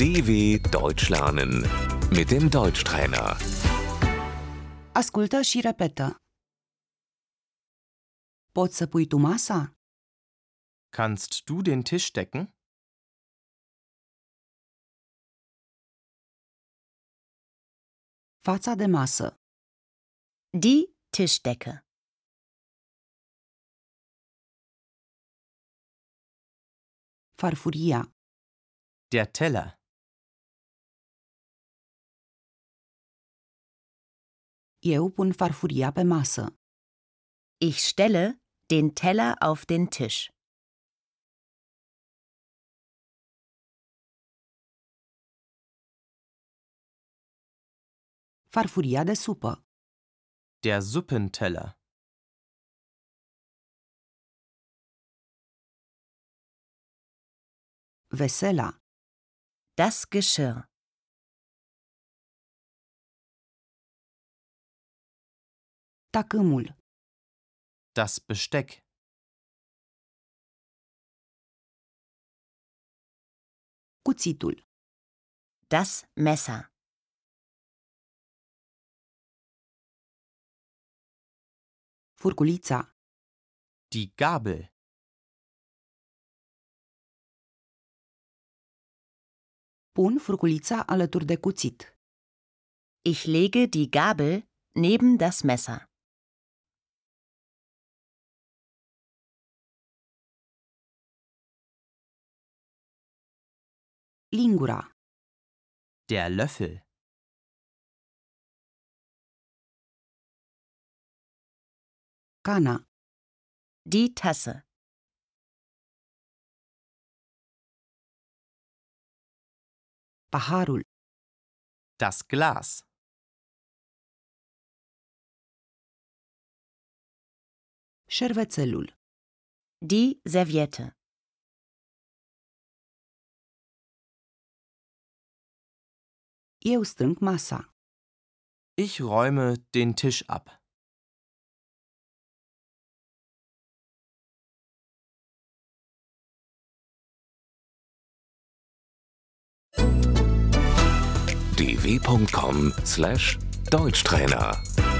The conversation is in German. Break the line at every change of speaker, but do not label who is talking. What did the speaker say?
DW Deutsch lernen mit dem Deutschtrainer.
Ascultă și repetă. Poți să pui tu masa?
Kannst du den Tisch decken?
Fața de masă.
Die Tischdecke.
Farfuria.
Der Teller.
Eu pun farfuria pe masă.
Ich stelle den Teller auf den Tisch.
Farfuria de supă.
Der Suppenteller.
Vesela.
Das Geschirr.
Tacâmul.
Das Besteck.
Cuțitul.
Das Messer.
Furculița.
Die Gabel.
Pun furculița alături de cuțit.
Ich lege die Gabel neben das Messer.
Lingura.
Der Löffel.
Cana.
Die Tasse.
Paharul.
Das Glas.
Șervețelul.
Die Serviette.
Eu strâng masa.
Ich räume den Tisch ab.
dw.com/deutschtrainer